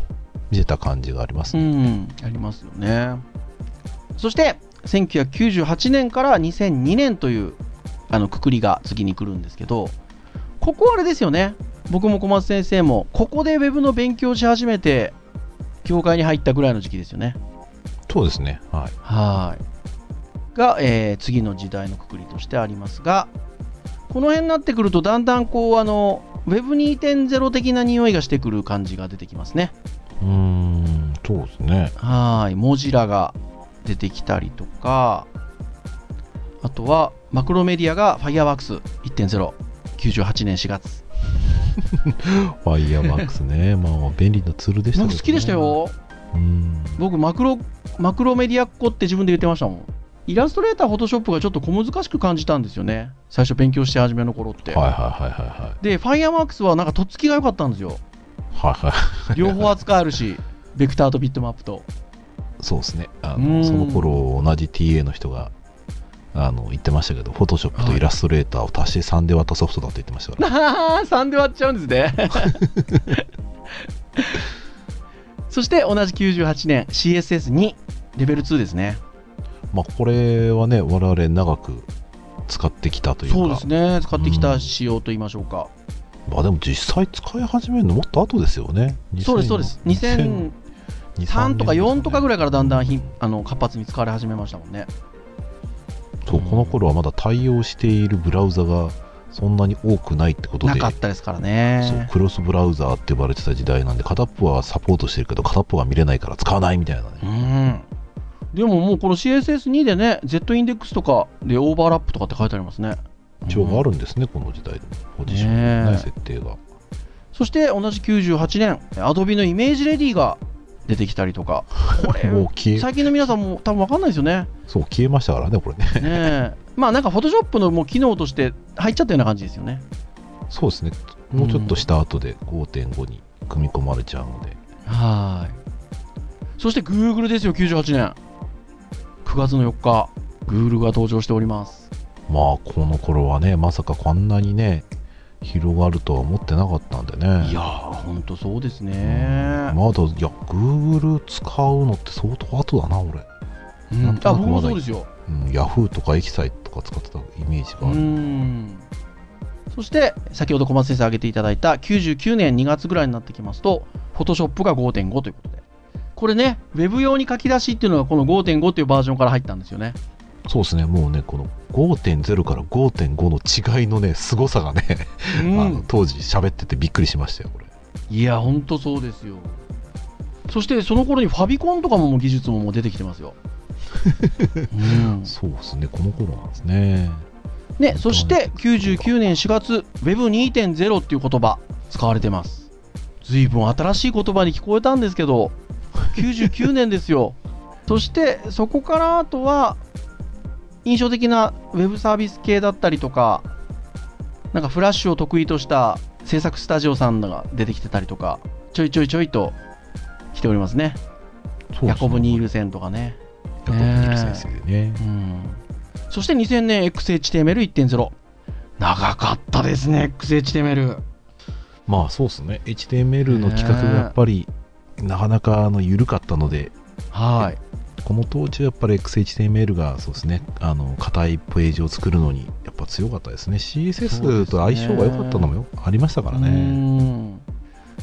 Speaker 2: 見せた感じがあります
Speaker 3: う
Speaker 2: ね、
Speaker 3: ん、ありますよね。そして1998年から2002年というあのくくりが次に来るんですけどここあれですよね僕も小松先生もここでウェブの勉強し始めて業界に入ったぐらいの時期ですよね
Speaker 2: そうですねはい
Speaker 3: はが、えー次の時代のくくりとしてありますがこの辺になってくるとだんだんこうあの Web2.0 的な匂いがしてくる感じが出てきますね。
Speaker 2: うーん、そうですね。
Speaker 3: はい、モジラが出てきたりとか、あとはマクロメディアが Fireworks 1.0、98年4月。
Speaker 2: ファイヤーマックスね。まあまあ、便利なツールでした
Speaker 3: 僕
Speaker 2: けどね
Speaker 3: 好きでした。よ。
Speaker 2: うん。
Speaker 3: 僕マクロ、マクロメディアっ子って自分で言ってましたもん。イラストレーター、フォトショップがちょっと小難しく感じたんですよね。最初勉強して始めの頃って。
Speaker 2: はいはいはいはいはい。
Speaker 3: で、Fireworks はなんかとっつきが良かったんです よ。
Speaker 2: はいはい。
Speaker 3: 両方扱えるし、ベクターとビットマップと。
Speaker 2: そうですね。あ
Speaker 3: う
Speaker 2: の
Speaker 3: ん
Speaker 2: その頃、同じ TA の人が、あの、言ってましたけど、フォトショップとイラストレーターを足して3で割ったソフトだと言ってましたから。
Speaker 3: あー3で割っちゃうんですね そして同じ98年 CSS2 レベル2ですね
Speaker 2: まあ、これはね、我々長く使ってきたというか。
Speaker 3: そうですね使ってき
Speaker 2: う
Speaker 3: た
Speaker 2: ん
Speaker 3: 仕様と言いましょうか、
Speaker 2: まあでも実際使い始めるのもっと後ですよね。
Speaker 3: そうですそうです2003とか4とかぐ
Speaker 2: らい。
Speaker 3: らいからだんだんひんあの活発に使われ始めましたもんね
Speaker 2: そう、この頃はまだ対応しているブラウザがそんなに多くないってことで。
Speaker 3: なかったですから
Speaker 2: そう
Speaker 3: ね
Speaker 2: クロスブラウザーって呼ばれてた時代なんで片っぽはサポートしてるけど片っぽは見れないから使わないみたいなね
Speaker 3: うんでももうこの CSS2 でね Z インデックスとかでオーバーラップとかって書いてありますね
Speaker 2: 一応
Speaker 3: うん
Speaker 2: あるんですね、この時代のポジションの、
Speaker 3: ね
Speaker 2: ね、
Speaker 3: え
Speaker 2: 設定が
Speaker 3: そして同じ98年、Adobe のイメージレディが出てきたりとか、これ
Speaker 2: もう消え
Speaker 3: 最近の皆さんも多分わかんないですよね。
Speaker 2: そう消えましたからねこれね
Speaker 3: ねえ まあなんか Photoshop のもう機能として入っちゃったような感じですよね。
Speaker 2: そうですねもうちょっとした後で5.5に組み込まれちゃうので、
Speaker 3: はい。そして Google ですよ、98年。9月の4日、Google が登場しております。
Speaker 2: まあこの頃はねまさかこんなにね広がるとは思ってなかったんでね
Speaker 3: いやー、ほんとそうです
Speaker 2: うん
Speaker 3: ね。
Speaker 2: まだいや Google 使うのって相当後だな俺、
Speaker 3: うん
Speaker 2: なんと
Speaker 3: あ
Speaker 2: なく
Speaker 3: 僕も
Speaker 2: まだ
Speaker 3: そうですよ。
Speaker 2: うん、Yahoo とかエキサイトとか使ってたイメージ
Speaker 3: う
Speaker 2: がある、
Speaker 3: んそして先ほど小松先生挙げていただいた99年2月ぐらいになってきますと Photoshop が5.5ということでこれね Web 用に書き出しっていうのがこの5.5っていうバージョンから入ったんですよね
Speaker 2: そうですね、もうね、この5.0から5.5の違いのね、凄さがね、あの当時喋っててびっくりしましたよ、これ。
Speaker 3: いやほんとそうですよそしてその頃にファビコンとかももう技術ももう出てきてますよ、うん
Speaker 2: そうですね、この頃なんですね。
Speaker 3: ね、そして99年4月 Web2.0 っていう言葉使われてます随分新しい言葉に聞こえたんですけど99年ですよ そしてそこからあとは印象的な Web サービス系だったりとかなんかフラッシュを得意とした制作スタジオさんが出てきてたりとかちょいちょいちょいと来ておりますね
Speaker 2: そうですね
Speaker 3: ヤコブ・ニールセンとかね
Speaker 2: ヤコブ・ニール先生ね。
Speaker 3: うんそして2000年 XHTML1.0 長かったですね XHTML
Speaker 2: まあそうですね、HTML の企画がやっぱり、なかなかあの緩かったので、
Speaker 3: はい
Speaker 2: この当時はやっぱり XHTML がそうですね、あの硬いページを作るのにやっぱ強かったですね。
Speaker 3: そうで
Speaker 2: CSS
Speaker 3: すね
Speaker 2: と相性が良かったのもよありましたから
Speaker 3: う
Speaker 2: ね。
Speaker 3: ん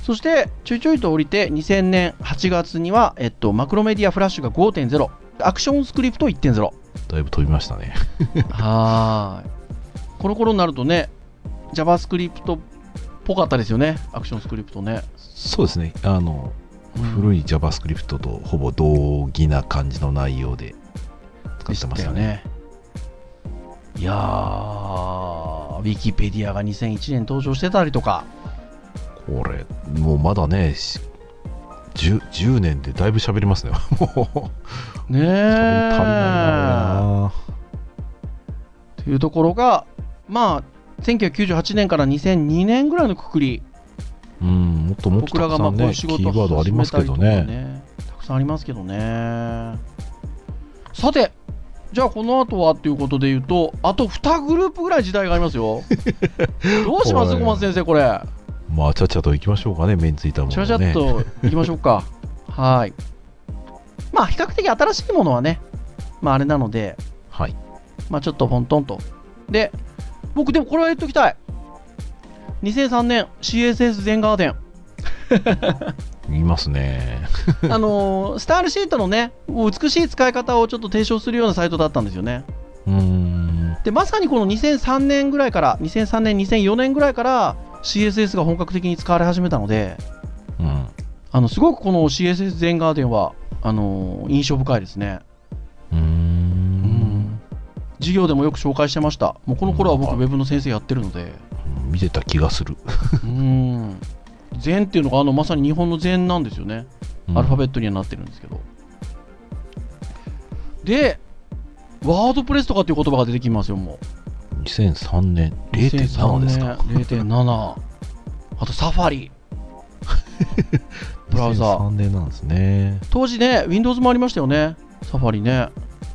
Speaker 3: そしてちょいちょいと降りて2000年8月には、えっと、マクロメディアフラッシュが5.0アクションスクリプト1.0
Speaker 2: だいぶ飛びましたね。
Speaker 3: はいこの頃になるとね JavaScript っぽかったですよねアクションスクリプトね、
Speaker 2: そうですね、あの
Speaker 3: い
Speaker 2: 古い JavaScript とほぼ同義な感じの内容で使ってますよね。
Speaker 3: いやーウィキペディアが2001年登場してたりとか
Speaker 2: これ、もうまだね、し 10, 10年でだいぶ喋りますね。 もう、
Speaker 3: ね
Speaker 2: 喋り足りない
Speaker 3: え
Speaker 2: な。
Speaker 3: というところがまあ1998年から2002年ぐらいのくくり
Speaker 2: うん、もっともっと
Speaker 3: 僕
Speaker 2: た
Speaker 3: ら
Speaker 2: く
Speaker 3: が
Speaker 2: さ
Speaker 3: まあ
Speaker 2: ん
Speaker 3: こうい
Speaker 2: ね、
Speaker 3: う
Speaker 2: キ
Speaker 3: 仕
Speaker 2: ー
Speaker 3: 事
Speaker 2: ワード
Speaker 3: を
Speaker 2: あり
Speaker 3: 始
Speaker 2: ま
Speaker 3: め
Speaker 2: す
Speaker 3: た
Speaker 2: け
Speaker 3: りと
Speaker 2: ど
Speaker 3: か
Speaker 2: ね。
Speaker 3: ねたくさんありますけどねさてじゃあこの後はということで言うとあと2グループぐらい時代がありま すよどうします
Speaker 2: おい
Speaker 3: 小松先生これ
Speaker 2: まあ、ちゃっちゃと行きましょうかね、目についたも
Speaker 3: ち
Speaker 2: の
Speaker 3: ゃちゃ
Speaker 2: を
Speaker 3: っ
Speaker 2: ね。
Speaker 3: といきましょうか。はい。まあ、比較的新しいものはね、まあ、あれなので、
Speaker 2: はい。
Speaker 3: まあ、ちょっとポントンと。で、僕、でもこれは言っときたい。2003年 CSS 全ガーデン。
Speaker 2: いますね。
Speaker 3: あのースタールシートのね美しい使い方をちょっと提唱するようなサイトだったんですよね
Speaker 2: うーん。
Speaker 3: でまさにこの2003年ぐらいから2003年2004年ぐらいから CSS が本格的に使われ始めたので
Speaker 2: うん。
Speaker 3: あのすごくこの CSS 全ガーデンはあのー印象深いですね
Speaker 2: うーん。
Speaker 3: 授業でもよく紹介してましたもうこの頃は僕
Speaker 2: う
Speaker 3: ウ
Speaker 2: ん
Speaker 3: ェブの先生やってるので
Speaker 2: 見てた気がする。
Speaker 3: うん禅っていうのがあのまさに日本の禅なんですよねアルファベットにはなってるんですけど。で、ワードプレスとかっていう言葉が出てきますよ、も
Speaker 2: うん2003年
Speaker 3: う。
Speaker 2: 0.7ですか。
Speaker 3: 2003年0.7。あと、サフ ァリ。ブラウザー
Speaker 2: 2003年なんですね。
Speaker 3: 当時ね、Windows もありましたよね。サファリね。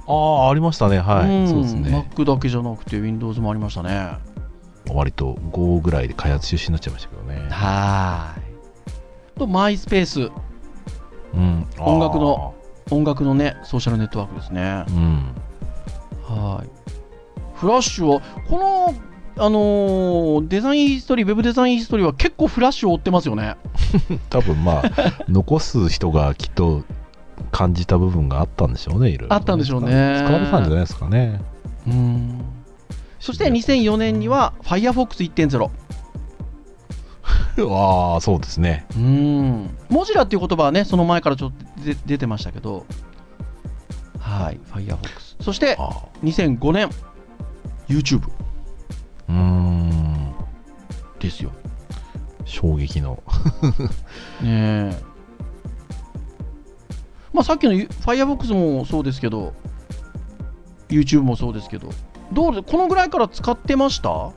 Speaker 2: ああ、ありましたね。は
Speaker 3: ん
Speaker 2: い。そうですね。
Speaker 3: Mac だけじゃなくて Windows もありましたね。は
Speaker 2: 割と5ぐらいで開発中止になっちゃいましたけどね。
Speaker 3: い。と、MySpace。
Speaker 2: うん。あー
Speaker 3: 音楽の。音楽のね、ソーシャルネットワークですね。
Speaker 2: うん。
Speaker 3: はい。フラッシュは、この、あのーデザインヒストリー、ウェブデザインヒストリーは結構フラッシュを追ってますよね。
Speaker 2: 多分ま あ残す人がきっと感じた部分があったんでしょうねいろいろとね
Speaker 3: あったんでしょうね
Speaker 2: 使われたんじゃないですか ね
Speaker 3: うん。そして2004年には Firefox1.0。
Speaker 2: ああそうですね
Speaker 3: うん。モジラっていう言葉はね、その前からちょっと出出てましたけど、はい、Firefox。そして
Speaker 2: あ
Speaker 3: 2005年、YouTube
Speaker 2: うーん
Speaker 3: ですよ。
Speaker 2: 衝撃の
Speaker 3: ねえ。まあさっきのゆ Firefox もそうですけど、YouTube もそうですけど、どうでこのぐらいから使ってましたは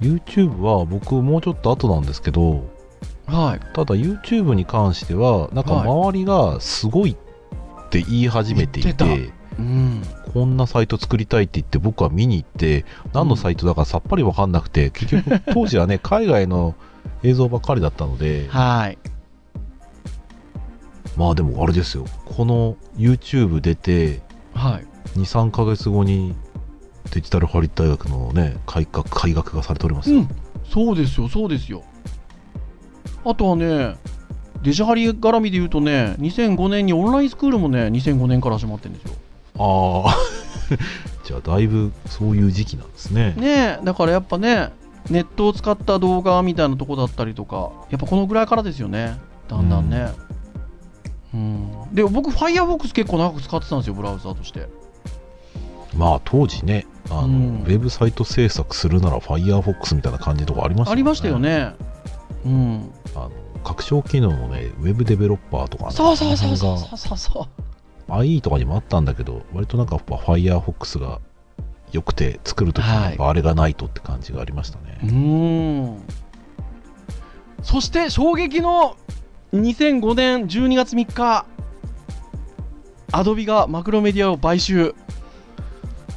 Speaker 2: YouTube は僕もうちょっと後なんですけど
Speaker 3: い。
Speaker 2: ただ YouTube に関してはなんか
Speaker 3: はい
Speaker 2: 周りがすごいって言い始めていて,、
Speaker 3: 言ってうん。
Speaker 2: こんなサイト作りたいって言って僕は見に行って何のサイトだかさっぱり分かんなくて、結局当時は ね海外の映像ばっかりだったので、
Speaker 3: はい。
Speaker 2: まあでもあれですよこの YouTube 出て
Speaker 3: はい。
Speaker 2: 23ヶ月後にデジタルハリウッド大学のね改革改革がされております
Speaker 3: う
Speaker 2: よ、
Speaker 3: ん。そうですよ、そうですよ。あとはね、デジハリ絡みで言うとね、2005年にオンラインスクールもね、2005年から始まってるんですよ。
Speaker 2: ああ じゃあだいぶそういう時期なんですね
Speaker 3: ねえ、だからやっぱね、ネットを使った動画みたいなとこだったりとか、やっぱこのぐらいからですよね、だんだんね。うんで僕、Firefox 結構長く使ってたんですよ、ブラウザーとして。
Speaker 2: まあ当時ねあの、
Speaker 3: うん
Speaker 2: ウェブサイト制作するなら Firefox みたいな感じのとこありました
Speaker 3: ありましたよね。うん、
Speaker 2: あの拡張機能のねウェブデベロッパーとか、ね、
Speaker 3: そうそうそうそう
Speaker 2: その
Speaker 3: そうそうそ
Speaker 2: 辺が IE とかにもあったんだけど割となんかやっぱ Firefox が良くて作るときなんかあれがないとって感じがありましたね、
Speaker 3: う。うんそして衝撃の2005年12月3日、アドビがマクロメディアを買収、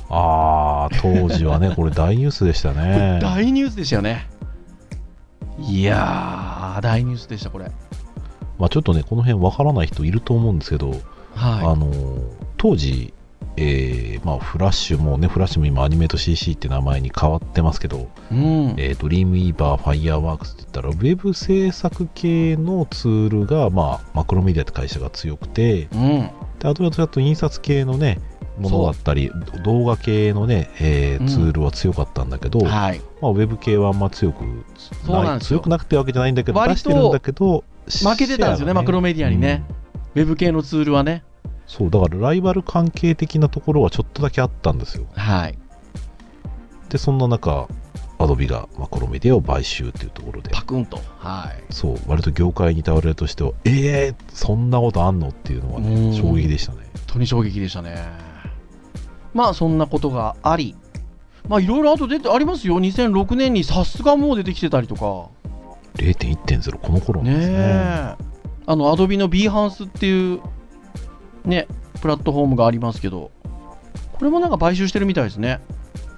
Speaker 2: ああ当時はねこれ大ニュースでした ね
Speaker 3: 大ニュースでしたよね。いやー、大ニュースでした、これ。
Speaker 2: まあちょっとねこの辺わからない人いると思うんですけど、あ
Speaker 3: は
Speaker 2: のー当時えーまあ、フラッシュもね、フラッシュも今、アニメート CC って名前に変わってますけど、
Speaker 3: い。うん。
Speaker 2: えー、ドリームイーバー、ファイアーワークスって言ったら、ウェブ制作系のツールが、まあ、マクロメディアって会社が強くて、
Speaker 3: うん。
Speaker 2: であとはちょっと印刷系のね、ものだったり、動画系のね、えー
Speaker 3: うん
Speaker 2: ツールは強かったんだけど、
Speaker 3: はい。
Speaker 2: まあ、ウェブ系はあんま強くない
Speaker 3: そうなんですよ
Speaker 2: 強くなくてわけじゃないんだけど
Speaker 3: 割と
Speaker 2: 出してるんだけど
Speaker 3: 負けてたんですよね、マクロ
Speaker 2: メ
Speaker 3: メディアにね。、ウェブ系のツールはね。
Speaker 2: うんそうだからライバル関係的なところはちょっとだけあったんですよ
Speaker 3: はい。
Speaker 2: でそんな中アドビがマクロメディアを買収っていうところで
Speaker 3: パクンと。はい。
Speaker 2: そう割と業界に倒れとしてはえー、そんなことあんのっていうのが
Speaker 3: うん
Speaker 2: ね衝撃でしたね
Speaker 3: 本当に衝撃でしたね。まあ、そんなことがあり。まあ、いろいろあと出てありますよ。2006年にさすがもう出てきてたりとか。
Speaker 2: 0.1.0この頃なん
Speaker 3: ね
Speaker 2: ですね
Speaker 3: え。あの、アドビの Behance っていう、ね、プラットフォームがありますけど、これもなんか買収してるみたいですね。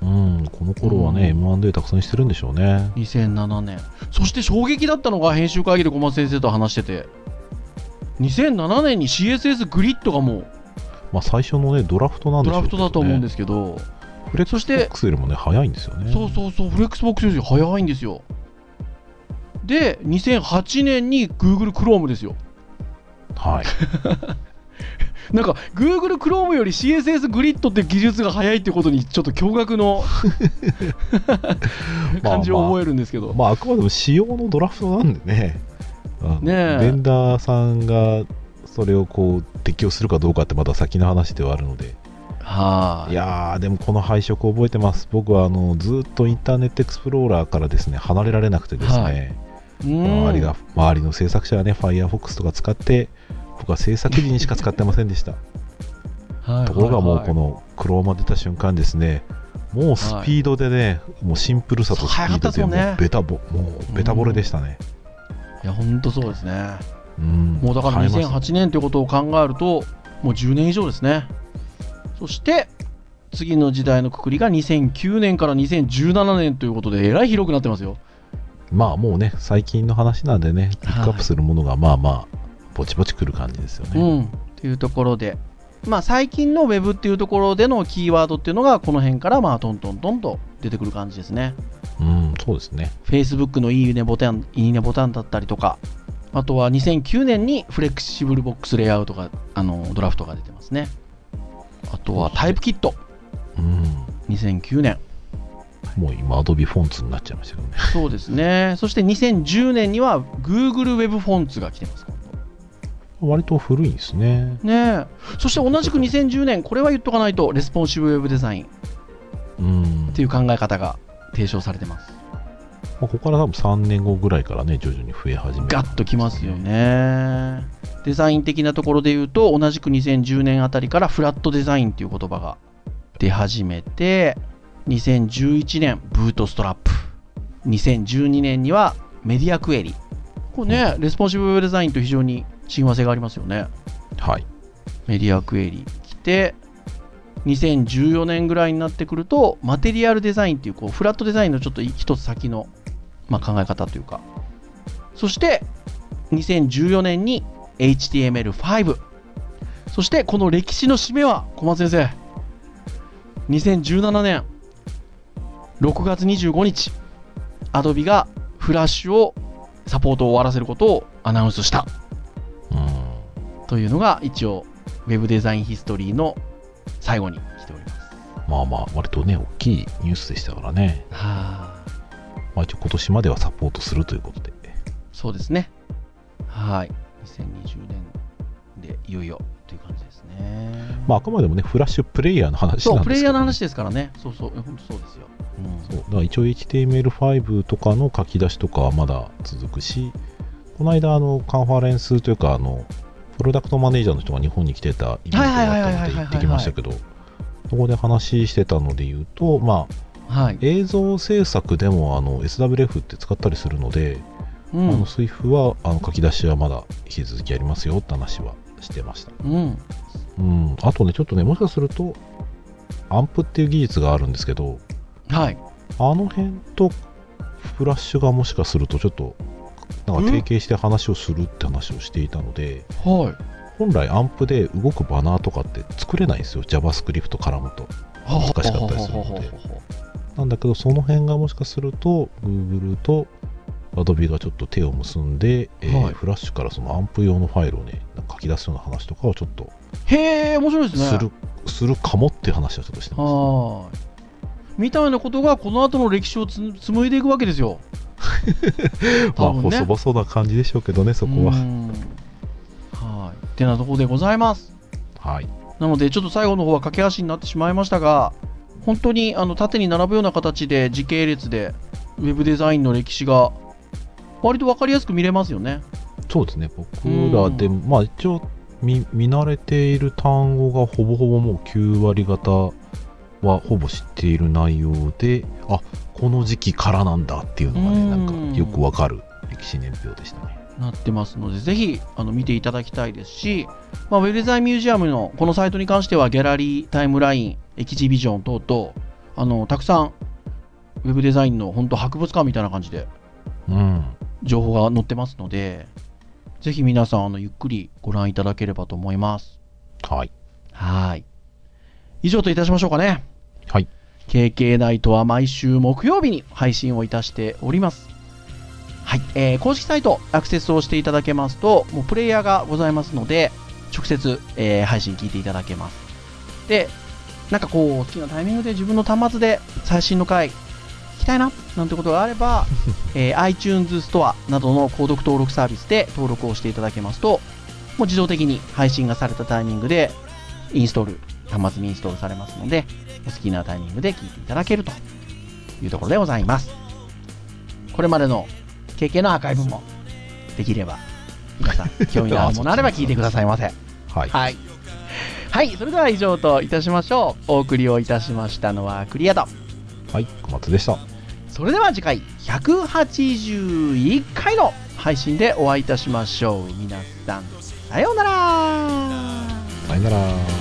Speaker 2: うんこの頃はね、
Speaker 3: う
Speaker 2: M&A たくさんしてるんでしょうね
Speaker 3: 2007年そして衝撃だったのが編集会議で小松先生と話してて2007年に CSS グリッドがも
Speaker 2: まあ最初のねドラフトな
Speaker 3: うん
Speaker 2: で
Speaker 3: ド
Speaker 2: しょ
Speaker 3: ラ
Speaker 2: う
Speaker 3: フ
Speaker 2: け
Speaker 3: ト
Speaker 2: ど、ね、
Speaker 3: だと思う
Speaker 2: す
Speaker 3: んですけど
Speaker 2: フレック
Speaker 3: そ
Speaker 2: ス
Speaker 3: し
Speaker 2: ボ
Speaker 3: て
Speaker 2: ックスよりもね早いんですよね
Speaker 3: そうそうそうフレックスボックスより早いんですよで2008年に Google Chrome ですよ
Speaker 2: はい。
Speaker 3: なんか Google Chrome より CSS グリッドって技術が早いってことにちょっと驚 愕の感じを覚えるんですけど、
Speaker 2: まあ、あくまでも仕様のドラフトなんでね、あの
Speaker 3: ねえ
Speaker 2: ベンダーさんがそれをこう適用するかどうかってまた先の話ではあるので、
Speaker 3: はい
Speaker 2: い、やー、でもこの配色覚えてます、僕はあのずっとインターネットエクスプローラーからですね離れられなくてですね、
Speaker 3: うん
Speaker 2: 周りが周りの制作者はね、Firefox とか使って、僕は制作時にしか使ってませんでした。
Speaker 3: はい
Speaker 2: ところがもう
Speaker 3: はい
Speaker 2: このクローマ出た瞬間ですね、もうスピードでね、もうシンプルさとスピードで
Speaker 3: そう早かったですもんね
Speaker 2: もうベタボ、もうベタボレでしたね。
Speaker 3: はいいや本当そうですね
Speaker 2: うん
Speaker 3: もうだから
Speaker 2: 変えました
Speaker 3: 2008年ということを考えるともう10年以上ですねそして次の時代のくくりが2009年から2017年ということでえらい広くなってますよ
Speaker 2: まあもうね、最近の話なんでね、ピ
Speaker 3: はい
Speaker 2: ックアップするものがまあまあ、ぼちぼちくる感じですよ
Speaker 3: う
Speaker 2: ね。
Speaker 3: ん、っていうところで、まあ、最近のウェブっていうところでのキーワードっていうのがこの辺からまあトントントンと出てくる感じですね
Speaker 2: うん、そうですね。
Speaker 3: Facebook のいいねボタンいいねボタンだったりとかあとは2009年にフレキシブルボックスレイアウトがあのドラフトが出てますねあとはタイプキット
Speaker 2: うん。
Speaker 3: 2009年
Speaker 2: もう今、アドビフォンツになっちゃいましたけどね。
Speaker 3: そうですねそして2010年には Google ウェブフォンツが来てます
Speaker 2: 割と古いんですね。
Speaker 3: ねえそして同じく2010年これは言っとかないとレスポンシブウェブデザインっ
Speaker 2: うん。
Speaker 3: ていう考え方が提唱されてます
Speaker 2: まあ、ここから多分3年後ぐらいからね、徐々に増え始める
Speaker 3: ガッときますよねデザイン的なところで言うと同じく2010年あたりからフラットデザインっていう言葉が出始めて2011年ブートストラップ2012年にはメディアクエリこれねレスポンシブウェブデザインと非常に親和性がありますよね
Speaker 2: はい。
Speaker 3: メディアクエリ来て2014年ぐらいになってくるとマテリアルデザインっていうこうフラットデザインのちょっと一つ先の、まあ、考え方というかそして2014年に HTML5 そしてこの歴史の締めは小松先生2017年6月25日 Adobe がフラッシュをサポートを終わらせることをアナウンスした
Speaker 2: うん。
Speaker 3: というのが一応ウェブデザインヒストリーの最後に来ております。
Speaker 2: まあまあ、割とね、大きいニュースでしたからね。
Speaker 3: はあ、
Speaker 2: まあ一応今年まではサポートするということで。
Speaker 3: そうですね。はい。2020年でいよいよという感じですね。
Speaker 2: まああくまでもね、フラッシュプレイヤーの話なんですけど、
Speaker 3: そ
Speaker 2: ね、
Speaker 3: うプレイヤーの話ですからね。そうそう、本当そうですよ。うん
Speaker 2: そうだから一応 HTML5 とかの書き出しとかはまだ続くしこの間あのカンファレンスというかあのプロダクトマネージャーの人が日本に来てたイベントがあったので行ってきましたけどそこで話してたので言うと、まあ、
Speaker 3: はい。
Speaker 2: 映像制作でもあの SWF って使ったりするので、あ
Speaker 3: う
Speaker 2: の
Speaker 3: ん。
Speaker 2: SWIF はあの書き出しはまだ引き続きやりますよって話はしてました。
Speaker 3: うん。
Speaker 2: うん、あとねちょっとねもしかするとアンプっていう技術があるんですけど、
Speaker 3: はい。
Speaker 2: あの辺とフラッシュがもしかするとちょっとなんか提携して話をするって話をしていたので
Speaker 3: はい。
Speaker 2: 本来アンプで動くバナーとかって作れないんですよ JavaScript 絡むと
Speaker 3: は
Speaker 2: 難しかったりするので
Speaker 3: はははは
Speaker 2: なんだけどその辺がもしかすると Google と Adobe がちょっと手を結んで、えー
Speaker 3: はい
Speaker 2: フラッシュからそのアンプ用のファイルをねなんか書き出すような話とかをちょっと
Speaker 3: へえ、面白いですね。
Speaker 2: する,、するかもっていう話はちょっとしてます
Speaker 3: はーい。みたいなことがこの後の歴史をつ紡いでいくわけですよ。
Speaker 2: まあ
Speaker 3: 多分ね
Speaker 2: 細々な感じでしょうけどねそこは、
Speaker 3: うんはい。ってなところでございます。
Speaker 2: はい
Speaker 3: なので、ちょっと最後の方は駆け足になってしまいましたが、本当にあの縦に並ぶような形で時系列で、ウェブデザインの歴史が、割と分かりやすく見れますよね。
Speaker 2: そうですね僕らでも、まあ一応見見慣れている単語がほぼほぼもう9割方はほぼ知っている内容であこの時期からなんだっていうのが
Speaker 3: う
Speaker 2: ね
Speaker 3: ん
Speaker 2: なんかよくわかる歴史年表でしたね
Speaker 3: なってますので、ぜひあの見ていただきたいですし、まあ、ウェブデザインミュージアムのこのサイトに関しては、ギャラリー、タイムライン、エキシビジョン等々、あのたくさん、ウェブデザインの本当博物館みたいな感じで
Speaker 2: うん
Speaker 3: 情報が載ってますので、ぜひ皆さん、あの、ゆっくりご覧いただければと思います。
Speaker 2: はい
Speaker 3: はい。以上といたしましょうかね。
Speaker 2: はい
Speaker 3: KK ナイトは毎週木曜日に配信をいたしております。はいえー公式サイトアクセスをしていただけますともうプレイヤーがございますので直接、えー配信聞いていただけますでなんかこう好きなタイミングで自分の端末で最新の回聞きたいななんてことがあれば、えー iTunes ストアなどの購読登録サービスで登録をしていただけますともう自動的に配信がされたタイミングでインストール端末にインストールされますのでお好きなタイミングで聞いていただけるというところでございますこれまでの経験のアーカイブもできれば皆さん興味のあるものあれば聞いてくださいませ
Speaker 2: はい、
Speaker 3: はい。はい、それでは以上といたしましょう。お送りをいたしましたのはクリアと。
Speaker 2: はい、小松でした。
Speaker 3: それでは次回181回の配信でお会いいたしましょう。皆さん、さようなら。
Speaker 2: さよなら。